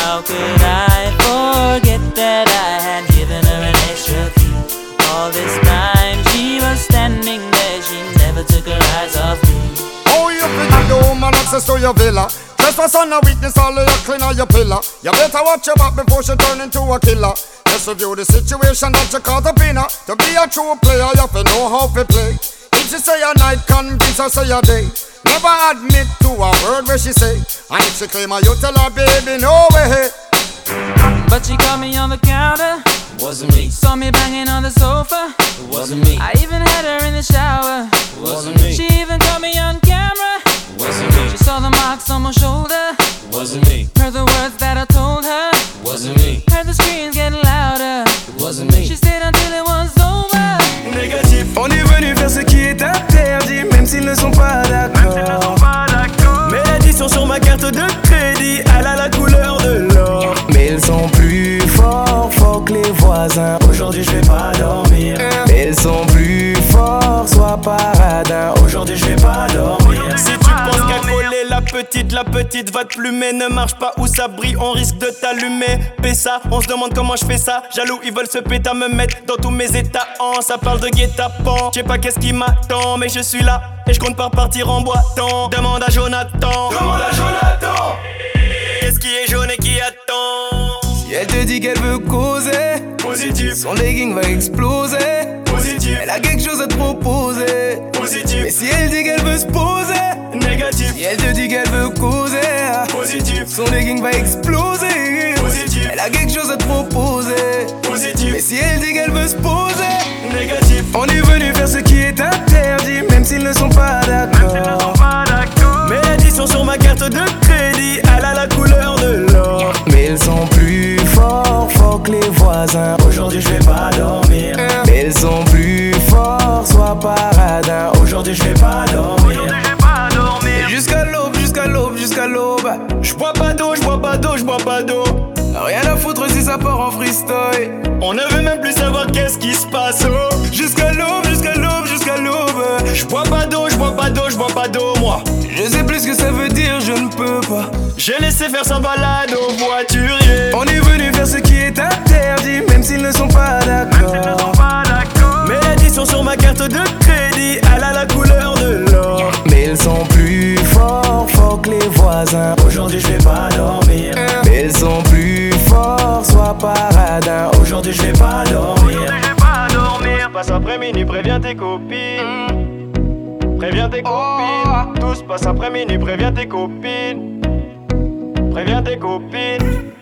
How could I forget that I had given her an extra key? All this time she was standing there, she never took her eyes off me. Oh, you finna do woman access to your villa. Trespass on a weakness, all of your cleaner, your pillar. You better watch your back before she turn into a killer. Just review the situation that you caught up in her. To be a true player, you have to know how to play. If she say a night, convince her say a day. Never admit to a word where she say. And if she claim her, you tell her, baby, no way. But she caught me on the counter, Wasn't me, saw me banging on the sofa. wasn't me, I even had her in the shower. wasn't me, She even caught me on camera. wasn't me, She saw the marks on my shoulder, wasn't me, heard the words that I told her, wasn't me, heard the screams getting louder. wasn't me. She stayed until it was over. Négatif. On est venu faire ce qui est interdit, même s'ils ne sont pas d'accord. Mais l'addition sur ma carte de crédit, elle a la couleur de l'or. Mais ils sont plus forts, forts que les voisins. Aujourd'hui, je vais pas dormir. Mais ils sont plus forts, sois paradin. Aujourd'hui, je vais pas dormir. Si tu penses qu'à coller la petite, la petite va te plumer. Ne marche pas où ça brille, on risque de t'allumer. Pessa, on se demande comment je fais ça. Jaloux, ils veulent se péter, me mettre dans tous mes états. En, ça parle de guet-apens. Je sais pas qu'est-ce qui m'attend, mais je suis là. Et je compte pas partir en boitant. Demande à Jonathan. Demande à Jonathan. Qu'est-ce qui est jaune et qui attend Si elle te dit qu'elle veut causer, Positif, son legging va exploser. positif, Elle a quelque chose à te proposer. Mais positif, si elle dit qu'elle veut se poser, si négatif, elle te dit qu'elle veut causer, positif, son legging va exploser. Positif. Elle a quelque chose à te proposer. Mais positif, si elle dit qu'elle veut se poser, négatif. On est venu faire ce qui est interdit, même s'ils ne sont pas d'accord. Mais l'addition sur ma carte de crédit, elle a la couleur de l'or. Mais ils sont plus forts, forts que les voisins. Aujourd'hui, je vais pas dormir. Mais ils sont plus forts, sois paradin. Aujourd'hui, je vais pas dormir. Jusqu'à l'aube, jusqu'à l'aube, jusqu'à l'aube. Je bois pas d'eau, je bois pas d'eau, je bois pas d'eau. Rien à foutre si ça part en freestyle. On ne veut même plus savoir qu'est-ce qui se passe. oh. Jusqu'à l'aube, jusqu'à l'aube, jusqu'à l'aube. Je bois pas d'eau, je bois pas d'eau, je bois pas d'eau, moi. Je sais plus ce que ça veut dire, je ne peux pas. J'ai laissé faire sa balade au voiturier. On est venu faire ce qui est interdit, même s'ils ne sont pas d'accord. Mais l'addition sur ma carte de crédit, elle a la couleur de l'or. Mais ils sont plus forts, forts que les voisins. Aujourd'hui, je vais pas dormir. Mais ils sont plus forts, sois paradin. Aujourd'hui je vais pas dormir. Passe après minuit, préviens tes copines. Préviens tes copines. Tous passe après minuit, préviens tes copines. Préviens tes copines.